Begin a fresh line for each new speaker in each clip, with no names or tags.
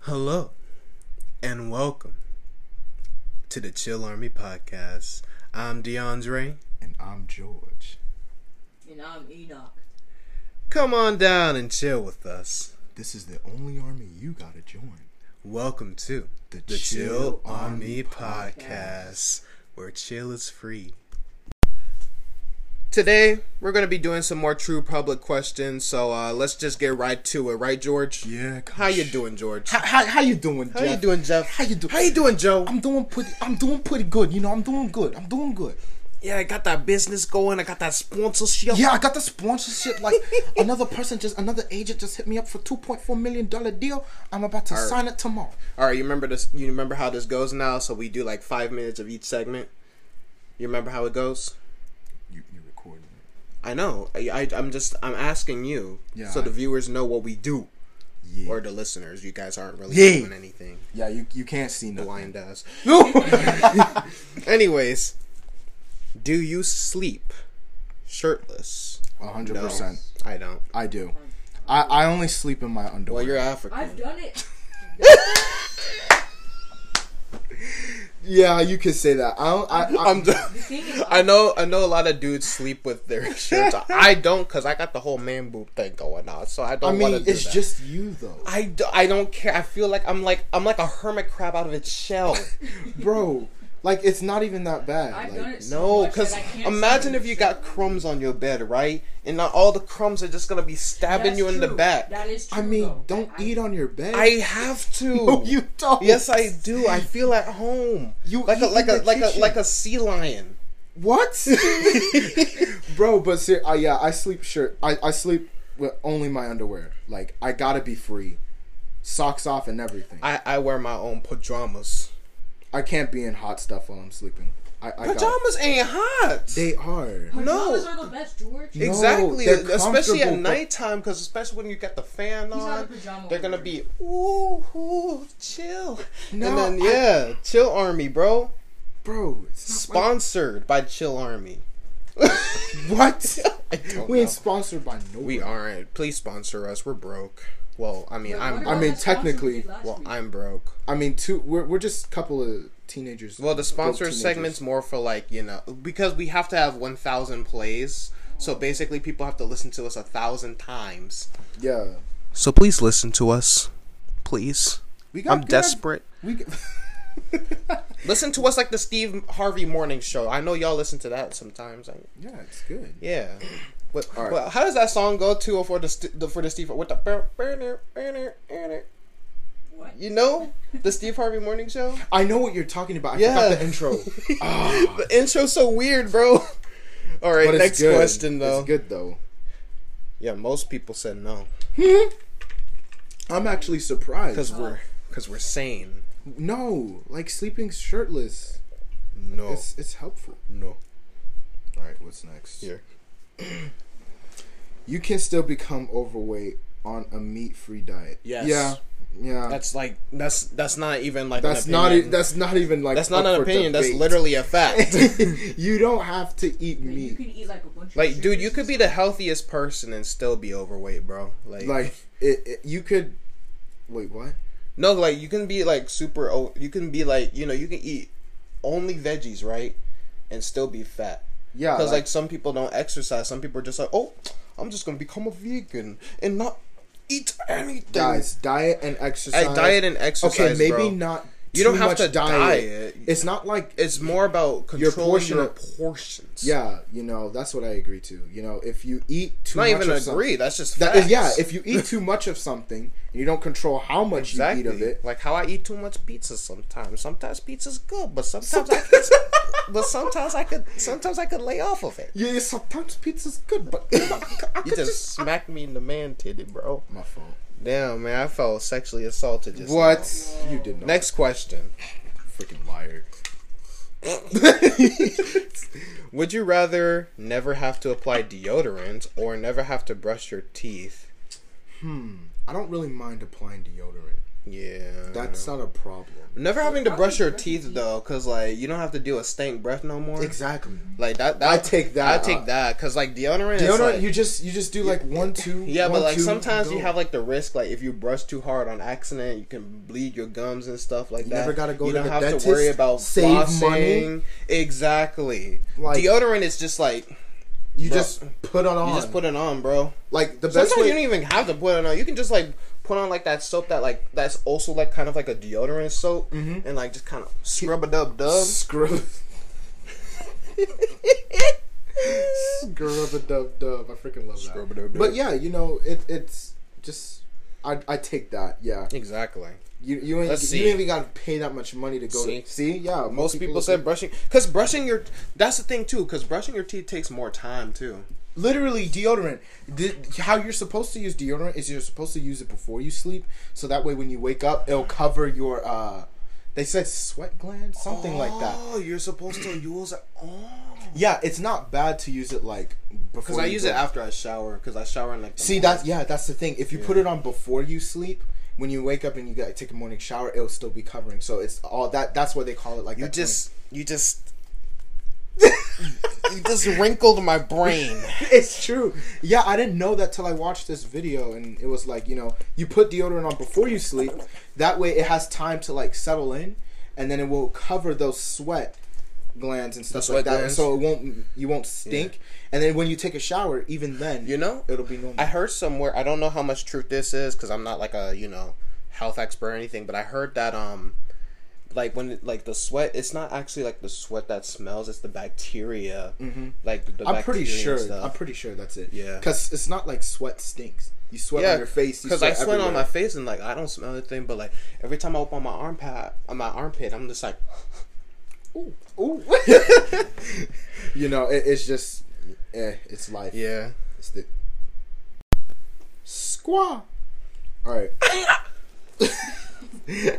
Hello and welcome to the Chill Army Podcast. I'm DeAndre.
And I'm George.
And I'm Enoch.
Come on down and chill with us.
This is the only army you gotta join.
Welcome to the, Chill, Army Podcast, where chill is free. Today, we're going to be doing some more true public questions, so uh, let's just get right to it, right, George?
Yeah. gosh.
How you doing, George?
How, how, how you doing?
How you doing, Jeff?
How you doing?
How you doing, Joe?
I'm doing pretty. I'm doing pretty good. You know, I'm doing good. I'm doing good.
Yeah, I got that business going. I got that sponsorship.
Yeah, I got the sponsorship. Like another person, just another agent, just hit me up for two point four million dollar deal. I'm about to sign it tomorrow.
All right, you remember this? You remember how this goes now? So we do like five minutes of each segment. You remember how it goes?
You you recording it?
I know. I, I am just I'm asking you,
Yeah,
so the
I-
viewers know what we do,
Yeah.
or the listeners. You guys aren't really
Yeah.
doing anything.
yeah, you you can't see no
Blind us.
No.
Anyways, do you sleep shirtless?
hundred
No,
percent.
I don't.
I do. I I only sleep in my underwear.
Well, you're African.
I've done it.
yeah, you could say that. I don't. I, I,
I'm just.
The thing is,
I know, I know. A lot of dudes sleep with their shirts. on. I don't, cause I got the whole man boob thing going on, so I
I
don't.
mean,
want to
it's just you though,
I, do, I don't care. I feel like I'm like I'm like a hermit crab out of its shell.
bro. Like it's not even that bad.
I've
like,
done it. So
No,
much
cause
that I can't
imagine
see
if you got crumbs on your bed, right? And now all the crumbs are just gonna be stabbing
That's
you in the
true.
back.
That is true.
I mean,
though.
don't
I-
eat on your bed.
I have to.
No, you don't.
Yes, I do. I feel at home.
You
like a
eat
like
in
a
the
like a
kitchen.
like a sea lion.
What? Bro, but ser- I yeah, I sleep shirt. I, I sleep with only my underwear. Like I gotta be free, socks off and everything. I,
I I wear my own pajamas.
can't be in hot stuff while I'm sleeping. I, I Gotta,
Pajamas ain't hot.
they are.
Pajamas
no.
are the best, George.
No,
Exactly,
they're
especially at
comfortable, but-
nighttime, because especially when you got the fan
He's not a
on,
pajama
they're gonna
wearer.
be ooh, ooh chill.
No,
and then
I-
yeah, Chill Army, bro,
Bro, it's not like-
sponsored by Chill Army.
what?
I don't
we ain't
know.
sponsored by no.
we aren't. Please sponsor us. We're broke. Well, I mean, I'm
Wait, what
broke.
about
I mean,
that sponsor we
technically-
did last
well,
week?
I'm broke.
I mean, two. We're we're just a couple of teenagers.
Well, the
broke
sponsor
teenagers.
segment's more for like you know because we have to have one thousand plays. So basically, people have to listen to us a thousand times.
Yeah,
So please listen to us, please.
we
I'm
good-
desperate.
We. Got,
Listen to us like the Steve Harvey Morning Show. I know y'all listen to that sometimes. I,
yeah, it's good.
yeah. What,
All right.
well, how does that song go to for the, St- the for the Steve with the
What?
you know the Steve Harvey Morning Show?
I know what you're talking about. I
Yeah.
forgot the intro. Ah.
The intro's so weird, bro. All right,
But it's
next
good.
question though.
It's good though.
Yeah, most people said no
I'm actually surprised.
because we're because we're sane.
no, like sleeping shirtless,
No,
it's it's helpful.
no.
All right, what's next?
Here,
You can still become overweight on a meat-free diet.
Yes.
Yeah. Yeah. That's
that's like that's that's not even like
that's
an
not e-
opinion.
that's not even like
that's not
up
an
for
opinion. That's
debate.
literally a fact.
you don't have to eat
Like, You
meat.
can eat like a bunch.
Like,
of
dude, you could be the healthiest person and still be overweight, bro. Like,
Like it, it, you could. Wait, what?
no, like you can be like super. o- You can be like, you know, you can eat only veggies, right, and still be fat.
Yeah.
Because like, some people don't exercise. Some people are just like, oh, I'm just gonna become a vegan and not eat anything.
guys, diet and exercise.
I diet and
Okay,
exercise.
maybe
bro.
not.
You don't
too
have
much
to
diet.
diet.
It's not like
It's more about
Your
controlling
portion
your,
of-
portions.
Yeah, you know, that's what I agree to. You know, if you eat too
not
much
even
of
agree. That's just
something, that is, yeah,
facts.
if you eat too much of something and you don't control how much
Exactly.
you eat of it,
Like how I eat too much pizza sometimes. Sometimes pizza's good, but sometimes I could, but sometimes I could sometimes I could lay off of it.
yeah, sometimes pizza's good, but I
You
could
just
just,
smacked me in the man titty, bro.
my fault.
Damn, man, I felt sexually assaulted just
What
now.
you did not,
Next question.
freaking liar.
Would you rather never have to apply deodorant or never have to brush your teeth?
I don't really mind applying deodorant.
Yeah.
That's not a problem.
Never having to brush your teeth though, cause like you don't have to deal with stank breath no more.
Exactly.
Like that. that
I take that
I
out.
take that, cause like deodorant.
You know
is,
what?
like-
you just you just do like one two.
Yeah,
one,
but like
two,
sometimes you
go.
have like the risk, like if you brush too hard on accident, you can bleed your gums and stuff like
You
that.
never gotta go
You
to
don't
the
have
dentist,
to worry about
save money.
flossing. Exactly.
Like-
Deodorant is just like
you
Bro.
just put it on.
you just put it on, bro.
like the best
Sometimes
way.
you don't even have to put it on. You can just like put on like that soap that like that's also like kind of like a deodorant soap,
Mhm.
and like just kind of scrub a dub dub.
Scrub. Scrub a dub dub. I freaking love that.
Scrub-a-dub-dub.
But yeah, you know, it it's just I I take that. Yeah.
Exactly.
You you ain't
Let's
you
see.
ain't even got to pay that much money to go.
See?
to, see? Yeah.
Most people said brushing, cause brushing your that's the thing too, cause brushing your teeth takes more time too.
literally deodorant. The, how you're supposed to use deodorant is you're supposed to use it before you sleep, so that way when you wake up, it'll cover your. uh They said sweat gland, something like that.
Oh, you're supposed to use it. Oh.
Yeah, it's not bad to use it like before.
Because I
you
use
go-
it after I shower. Because I shower in like. The
See that's yeah, that's the thing. If you put it on before you sleep, when you wake up and you got take a morning shower, it'll still be covering. So it's all that. That's why they call it like
you
that
just you just you just wrinkled my brain.
twenty- It's true. Yeah, I didn't know that till I watched this video, and it was like you know you put deodorant on before you sleep. That way, it has time to like settle in, and then it will cover those sweat glands and stuff
sweat
like that.
glands.
So it won't you won't stink. And then when you take a shower, even then,
You know,
it'll be normal.
I heard somewhere. I don't know how much truth this is because I'm not like a you know health expert or anything. But I heard that um, like when it- like the sweat, it's not actually like the sweat that smells. It's the bacteria. Mm-hmm. Like the
I'm pretty
bacteria and
sure.
stuff.
I'm pretty sure that's it.
Yeah.
because it's not like sweat stinks. You sweat on your face. you
Because I sweat
everywhere.
on my face and like I don't smell anything, but like every time I open my armpit, on my armpit, I'm just like, ooh, ooh.
You know, it, it's just, eh, it's life.
yeah.
It's the squaw. All right.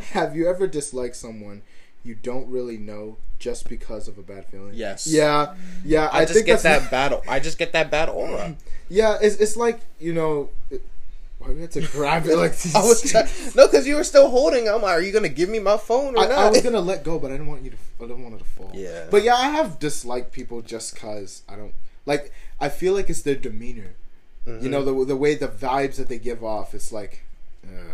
Have you ever disliked someone you don't really know just because of a bad feeling?
Yes.
Yeah. Yeah.
I,
I,
just
think
get
that's
that bad. I just get that bad aura.
Yeah. It's it's like you know. It, why do we have to grab it like
I was try- no, because you were still holding. I'm like, are you gonna give me my phone or
I,
not?
I was gonna let go, but I didn't want you to. I didn't want it to fall.
Yeah.
But yeah, I have disliked people just cause I don't like. I feel like it's their demeanor. You
Mm-hmm.
know the the way the vibes that they give off. It's like, ugh.
Mm-hmm.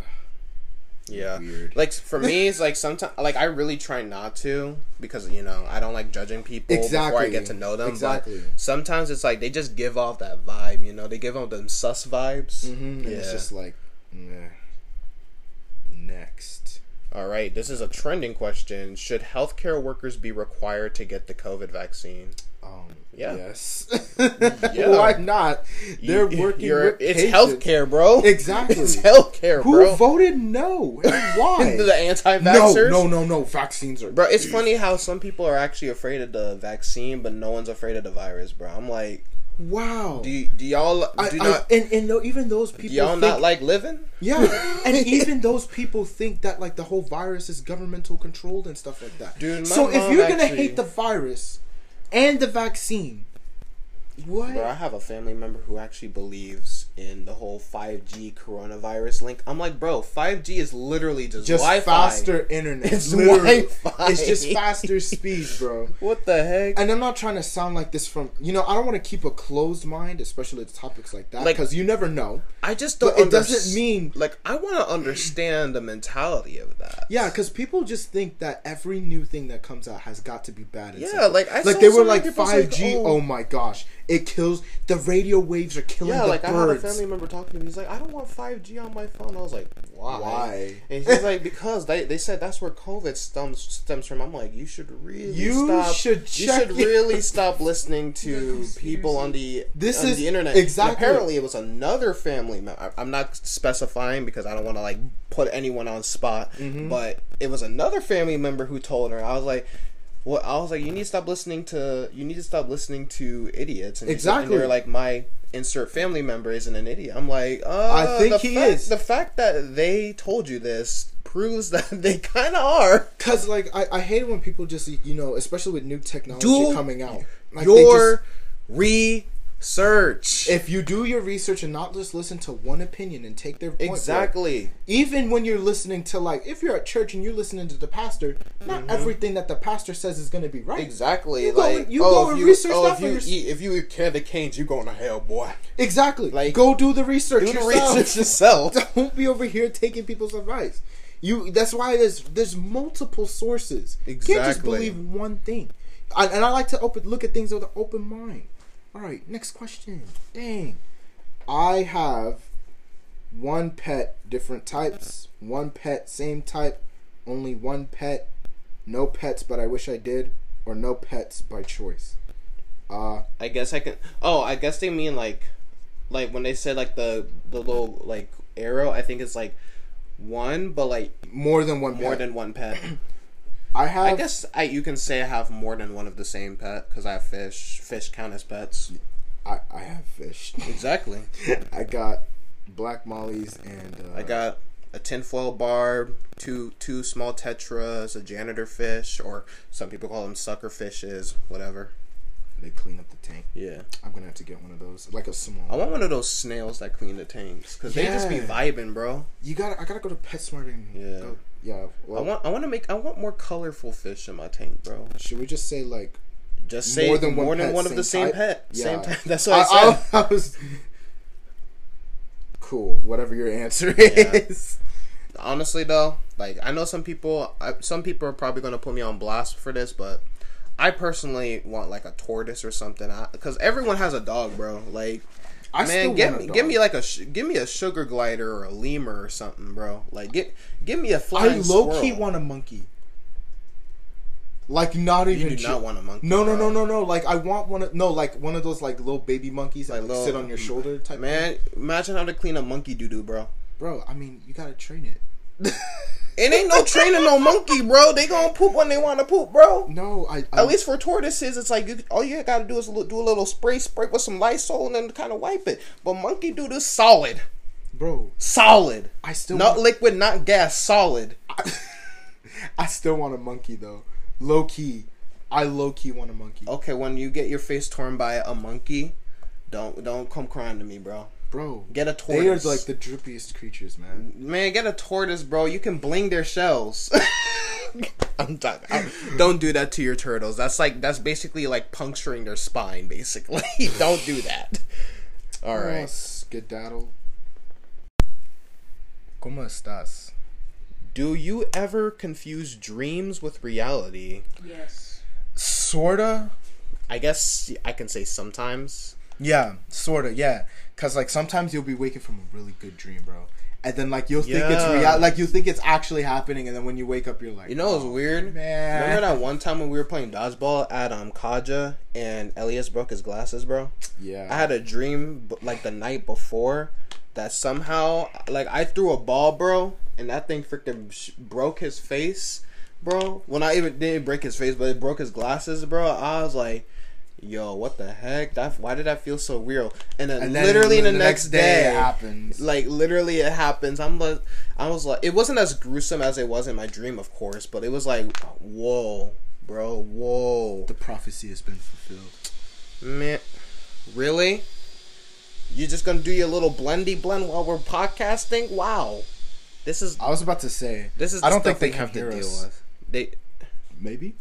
yeah.
Weird.
Like for me, it's like sometimes like I really try not to because you know I don't like judging people before I
Exactly.
get to know them.
Exactly.
But sometimes it's like they just give off that vibe. You know, they give off them sus vibes.
Mm-hmm. and it's just like, meh. next.
All right, this is a trending question. Should healthcare workers be required to get the COVID vaccine?
Um,
Yeah.
Yes.
Yeah.
Why not? They're
You-
working.
you're-
with
it's
patients.
healthcare, bro.
Exactly.
It's healthcare,
Who
bro.
voted no? And
the
why? no,
anti-vaxxers?
no, no, no. Vaccines are.
Bro, it's funny how some people are actually afraid of the vaccine, but no one's afraid of the virus, bro. I'm like,
Wow.
do, do y'all
I,
do
I-
not
and and no, even those people
do y'all
think,
not like living?
yeah, and even those people think that like the whole virus is governmental controlled and stuff like that.
Dude, my
so if
mom
you're gonna
actually-
hate the virus and the vaccine, what?
Bro, I have a family member who actually believes in the whole 5G coronavirus link. I'm like, bro, 5G is literally just,
Just
Wi-Fi.
faster internet.
It's
literally.
Wi-Fi.
It's just faster speed, bro.
What the heck?
And I'm not trying to sound like this from you know I don't want to keep a closed mind, especially to topics like that,
Like-
because you never know.
I just don't.
But it doesn't
underst-
mean
like I want to understand the mentality of that.
Yeah, because people just think that every new thing that comes out has got to be bad. and
Yeah,
something.
like, I
like
saw
they
so
were
many
like
people say,
five G.
oh.
Oh my gosh, it kills the radio waves are killing
Yeah,
the
like I had a
birds.
family member talking to me. He's like, I don't want 5G on my phone. I was like, why?
Why?
And he's like, because they, they said that's where COVID stems stems from. I'm like, you should really
You
stop.
should
you
check
should
your-
really stop listening to
conspiracy.
people on the
This
on
is-
the internet.
exactly.
And apparently, it was another family member. I'm not specifying because I don't want to like put anyone on spot.
Mm-hmm.
But it was another family member who told her. I was like. Well, I was like, you need to stop listening to you need to stop listening to idiots. And
Exactly.
they're like, my insert family member isn't an idiot. I'm like, uh,
I think
the
he
fact-
is.
The fact that they told you this proves that they kind of are.
Because like I, I hate when people just you know, especially with new technology
Do
coming out, like, they
Your Search.
If you do your research and not just listen to one opinion and take their point, bro,
exactly.
even when you're listening to like if you're at church and you're listening to the pastor, not
Mm-hmm.
everything that the pastor says is going to be right.
Exactly.
You go
like
and- you
oh,
go
if
and
you,
research
oh,
that
if
for
you
yourself.
eat if you eat candy canes, you're going to hell, boy.
Exactly.
Like-
Like go do the research.
Do the
yourself.
research yourself.
Don't be over here taking people's advice. You. That's why there's there's multiple sources. You can't just
Exactly.
believe one thing. I, and I like to open look at things with an open mind. All right, next question. Dang, I have one pet, different types. One pet, same type. Only one pet. No pets, but I wish I did. Or no pets by choice. Uh,
I guess I can. Oh, I guess they mean like, like when they said like the the little like arrow. I think it's like one, but like
more than one.
more
pet.
than one pet.
I have.
I guess I you can say I have more than one of the same pet because I have fish. Fish count as pets.
I, I have fish.
Exactly.
I got black mollies and uh,
I got a tinfoil barb, two two small tetras, a janitor fish, or some people call them sucker fishes, whatever.
They clean up the tank.
Yeah.
I'm gonna have to get one of those, like a
I
small.
want one of those snails that clean the tanks because they just be
Yeah.
vibing, bro.
You got. I gotta go to PetSmart and
Yeah.
Go, yeah.
I
Well,
want I want to make I want more colorful fish in my tank, bro.
should we just say like
Just say
more than one,
than
pet,
one of the same
type?
pet, same
Yeah.
type. That's what I, said.
I was cool. Whatever your answer is.
Honestly, though, like I know some people, I, some people are probably gonna put me on blast for this, but I personally want like a tortoise or something. Because everyone has a dog, bro. Like
I
man,
want
give
a
me
dog.
give me like a sh- give me a sugar glider or a lemur or something, bro. Like get give me a
I
flying
low key
squirrel.
want a monkey. Like not
You
even.
do
jo-
not want a monkey.
No, no,
bro.
no, no, no. Like I want one of no, like one of those like little baby monkeys that
Like
like,
little-
sit on your shoulder type.
Man, imagine how to clean a monkey doo doo, bro.
bro. I mean, you gotta train it.
It ain't no training no monkey, bro. They gonna poop when they want to poop, bro.
no, I, I
At least for tortoises, it's like you, all you gotta do is a little- do a little spray, spray with some Lysol, and then kind of wipe it. But monkey doo doo, solid,
bro.
solid,
I still
not
want,
liquid, not gas, solid.
I still want a monkey though. Low key, I low key want a monkey,
Okay, when you get your face torn by a monkey, don't don't come crying to me, bro.
bro.
Get a
they are
tortoise.
like the drippiest creatures, man.
Man, get a tortoise, bro. You can bling their shells. I'm talking. I'm- don't do that to your turtles. That's like that's basically like puncturing their spine. Basically, don't do that. All
All
right.
right, skedaddle. ¿Cómo estás?
Do you ever confuse dreams with reality?
Yes.
Sorta.
I guess I can say sometimes.
Yeah, sorta. Yeah, cause like sometimes you'll be waking from a really good dream, bro, and then like you'll think it's
Yeah.
real, like you think it's actually happening, and then when you wake up, you're like,
You know what's weird?
man.
Remember that one time when we were playing dodgeball at um Kaja and Elias broke his glasses, bro?
Yeah.
I had a dream b- like the night before that somehow like I threw a ball, bro, and that thing freaking sh- broke his face, bro. Well, not even didn't break his face, but it broke his glasses, bro. I was like, "Yo, what the heck? That why did that feel so real?" And then,
And then
literally the,
the
next,
next
day,
day it happens.
Like literally, it happens. I'm like, I was like, it wasn't as gruesome as it was in my dream, of course, but it was like, whoa, bro, whoa.
the prophecy has been fulfilled.
Man, really? You're just gonna do your little blendy blend while we're podcasting? Wow, this is
I was about to say
this is.
I
the
don't think
stuff
they
we
have to deal with.
They.
Maybe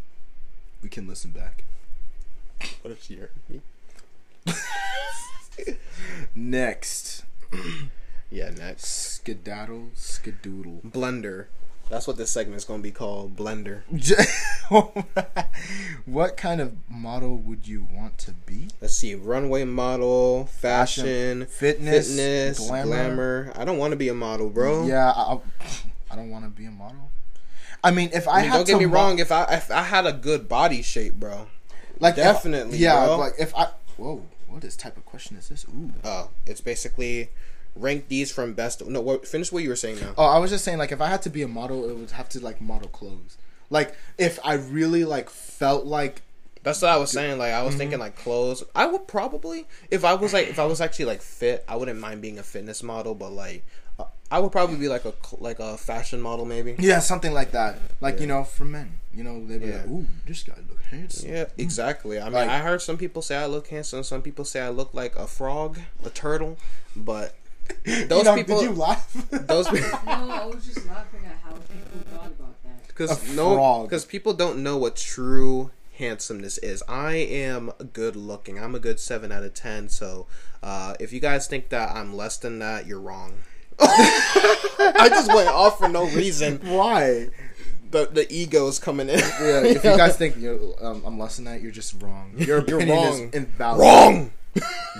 we can listen back.
What if she heard me?
Next,
Yeah, next.
skedaddle, skedoodle.
Blender. That's what this segment's gonna be called. Blender.
what kind of model would you want to be?
Let's see. Runway model, fashion,
fitness,
fitness, glamour.
glamour.
I don't want to be a model, bro.
Yeah, I, I- I don't want to be a model. I mean, if I,
I mean,
had
don't
to
get me
mo-
wrong. If I if I had a good body shape, bro.
like if-
definitely,
yeah,
bro.
like if I, whoa, what is type of question is this? Ooh.
Oh, it's basically rank these from best. No, what, finish what you were saying now.
Oh, I was just saying, like, if I had to be a model, it would have to like model clothes. Like, if I really like felt like
That's what I was saying. Like I was
Mm-hmm.
thinking like clothes. I would probably if I was like if I was actually like fit, I wouldn't mind being a fitness model, but like a, I would probably be like a cl- like a fashion model maybe.
Yeah, something like that. Like
Yeah.
you know, for men, you know, they'd be
Yeah.
like, "Ooh, this guy look handsome."
Yeah, exactly. I mean,
Like-
I heard some people say I look handsome. Some people say I look like a frog, a turtle. But those
Enoch,
people,
Did you laugh?
those
No, I was just laughing at how people thought about that.
because
A
no,
frog.
because people don't know what true handsomeness is. I am good looking. I'm a good seven out of ten. So uh, if you guys think that I'm less than that, you're wrong. I just went off for no reason.
Why?
The the ego's coming in.
Yeah, if you guys think you're, um, I'm less than that, you're just wrong. Your
You're
opinion
wrong.
is invalid.
wrong,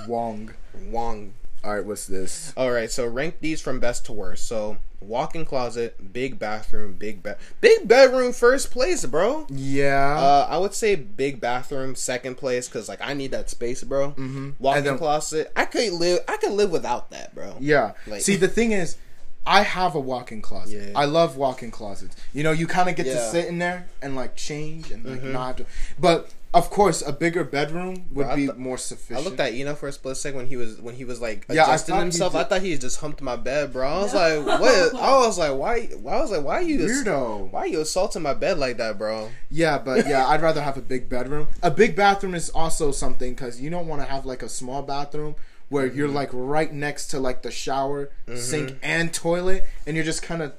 Wrong.
wrong.
All right, what's this?
All right, so rank these from best to worst. So walk-in closet, big bathroom, big bed, big bedroom, first place, bro.
Yeah.
Uh, I would say big bathroom, second place, cause like I need that space, bro. Mm-hmm. Walk-in
And then-
closet, I could live, I could live without that, bro.
yeah.
like-
See, the thing is, I have a walk-in closet.
Yeah.
I love walk-in closets. You know, you kind of get to
Yeah. Mm-hmm.
sit in there and like change and like not have to. But of course, a bigger bedroom would
Bro, I
be
thought-
more
I
sufficient.
looked at Eno for a split second when he was when he was like
Yeah, I
adjusting
thought he
himself. I
did-
thought he just humped my bed, bro. I was
No.
like, what? I was like, why? I was like, why you
Weirdo.
Why you assaulting my bed like that, bro?
Yeah, but yeah, I'd rather have a big bedroom. A big bathroom is also something because you don't want to have like a small bathroom where you're
Mm-hmm.
like right next to like the shower, sink, and toilet, and you're just kind of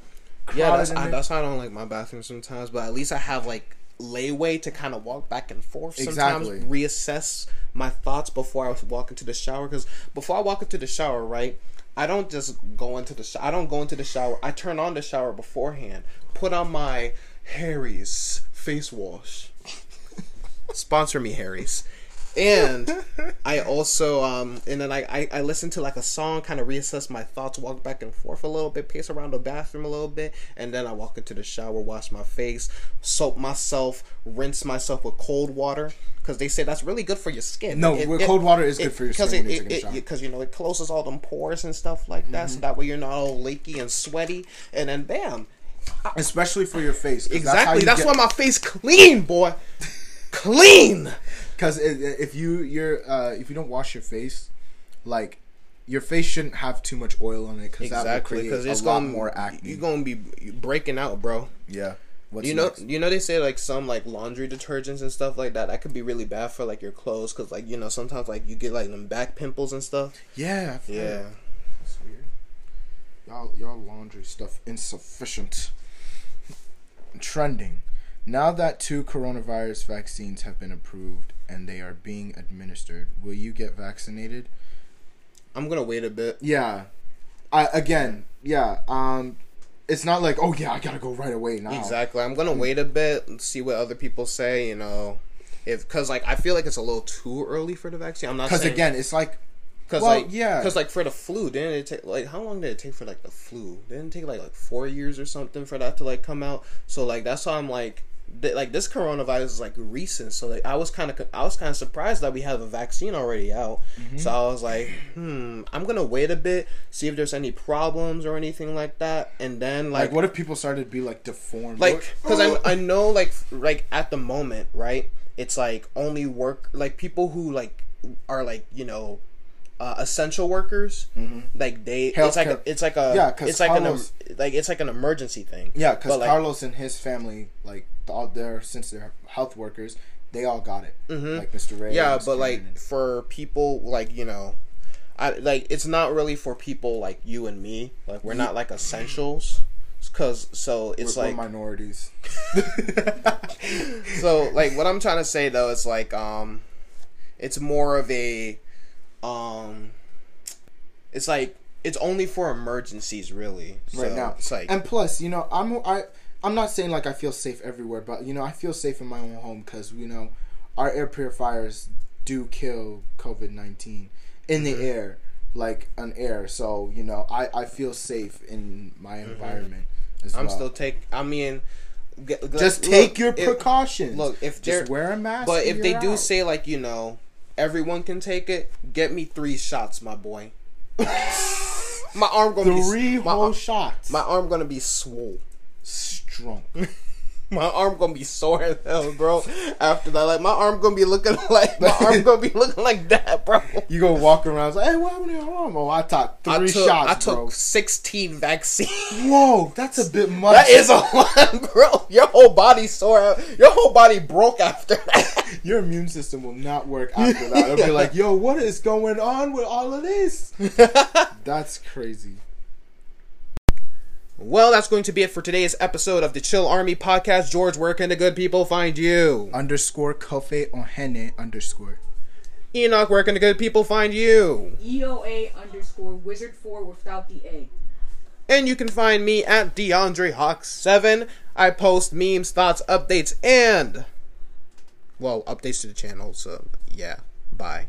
Yeah, that's, I, that's how I don't like my bathroom sometimes. But at least I have like layway to kind of walk back and forth. Sometimes
Exactly.
reassess my thoughts before I walk into the shower. Because before I walk into the shower, right, I don't just go into the sh- I don't go into the shower. I turn on the shower beforehand. Put on my Harry's face wash. Sponsor me, Harry's. And I also um and then I, I I listen to like a song, kind of reassess my thoughts, walk back and forth a little bit, pace around the bathroom a little bit, and then I walk into the shower, wash my face, soap myself, rinse myself with cold water because they say that's really good for your skin.
No, well, cold water is good for your skin when
because
you're
it,
taking a
it,
shower. Mm-hmm.
it, because you know it closes all them pores and stuff like that, so that way you're not all leaky and sweaty, and then bam,
especially for your face.
exactly. That's, why my face clean, boy, clean.
because if you you're uh, if you don't wash your face, like your face shouldn't have too much oil on it because
Exactly,
that will
because
create
it's
a lot
gonna
more acne.
You're gonna be breaking out, bro.
yeah, What's
You know,
next?
you know they say like some like laundry detergents and stuff like that. That could be really bad for like your clothes, cause like you know sometimes like you get like them back pimples and stuff.
yeah, I've heard. That's weird. Y'all, y'all laundry stuff insufficient. Trending. Now that two coronavirus vaccines have been approved and they are being administered, will you get vaccinated?
I'm gonna wait a bit.
Yeah. I again, yeah. Um, it's not like oh yeah, I gotta go right away now.
Exactly. I'm gonna wait a bit and see what other people say. You know, if cause like I feel like it's a little too early for the vaccine. I'm not
Because
saying
again, it's like
Cause
Well,
like
yeah.
cause like for the flu, didn't it take like how long did it take for like the flu? Didn't it take like like four years or something for that to like come out? So like that's why I'm like, th- like this coronavirus is like recent. So like I was kind of I was kind of surprised that we have a vaccine already out.
Mm-hmm.
So I was like, hmm, I'm gonna wait a bit, see if there's any problems or anything like that, and then
like what if people started to be like deformed?
like because I, I know like like at the moment right it's like only work like people who like are like you know uh, essential workers like they it's like a,
Mm-hmm. Healthcare.
it's like a
Yeah, 'cause
it's like an
Carlos-
em- like it's like an emergency thing
yeah, because
But, like,
Carlos and his family, like all their since they're health workers, they all got it. Like Mr. Ray.
Mm-hmm. yeah
Mr.
but like
Cannon.
for people like you know I like it's not really for people like you and me like we're not like essentials because so it's
We're- we're
like
minorities.
so like what i'm trying to say though is like um it's more of a um it's like it's only for emergencies really so
right now.
it's like
and plus, you know, I'm I I'm not saying like I feel safe everywhere, but you know, I feel safe in my own home because you know, our air purifiers do kill COVID nineteen in
Mm-hmm.
the air, like an air. So you know, I I feel safe in my environment as
Mm-hmm. i'm
well.
still take i mean g- g-
just
look,
take your
if-
precautions.
look, if they're-
just wear a mask.
but
when
if they
you're
do
out.
say like you know everyone can take it get me three shots my boy my arm gonna be
three
my,
whole
ar-
shots,
my arm gonna be swole
strong.
my arm gonna be sore as hell, bro. After that, like my arm gonna be looking like my arm gonna be looking like that, bro.
You go walk around, it's like, hey, what happened to your arm? Oh, I took three
I took,
shots,
I took
bro.
16 vaccines.
Whoa, that's a bit much.
That is a lot, bro. Your whole body sore. Your whole body broke after that.
Your immune system will not work after that. It'll be like, yo, what is going on with all of this? That's crazy.
well, that's going to be it for today's episode of the Chill Army Podcast. George, where can the good people find you?
Underscore Kofe Ohene underscore.
Enoch, where can the good people find you?
EOA E underscore wizard four without the A.
And you can find me at DeAndre Hawk7. I post memes, thoughts, updates, and well, updates to the channel, so yeah. Bye.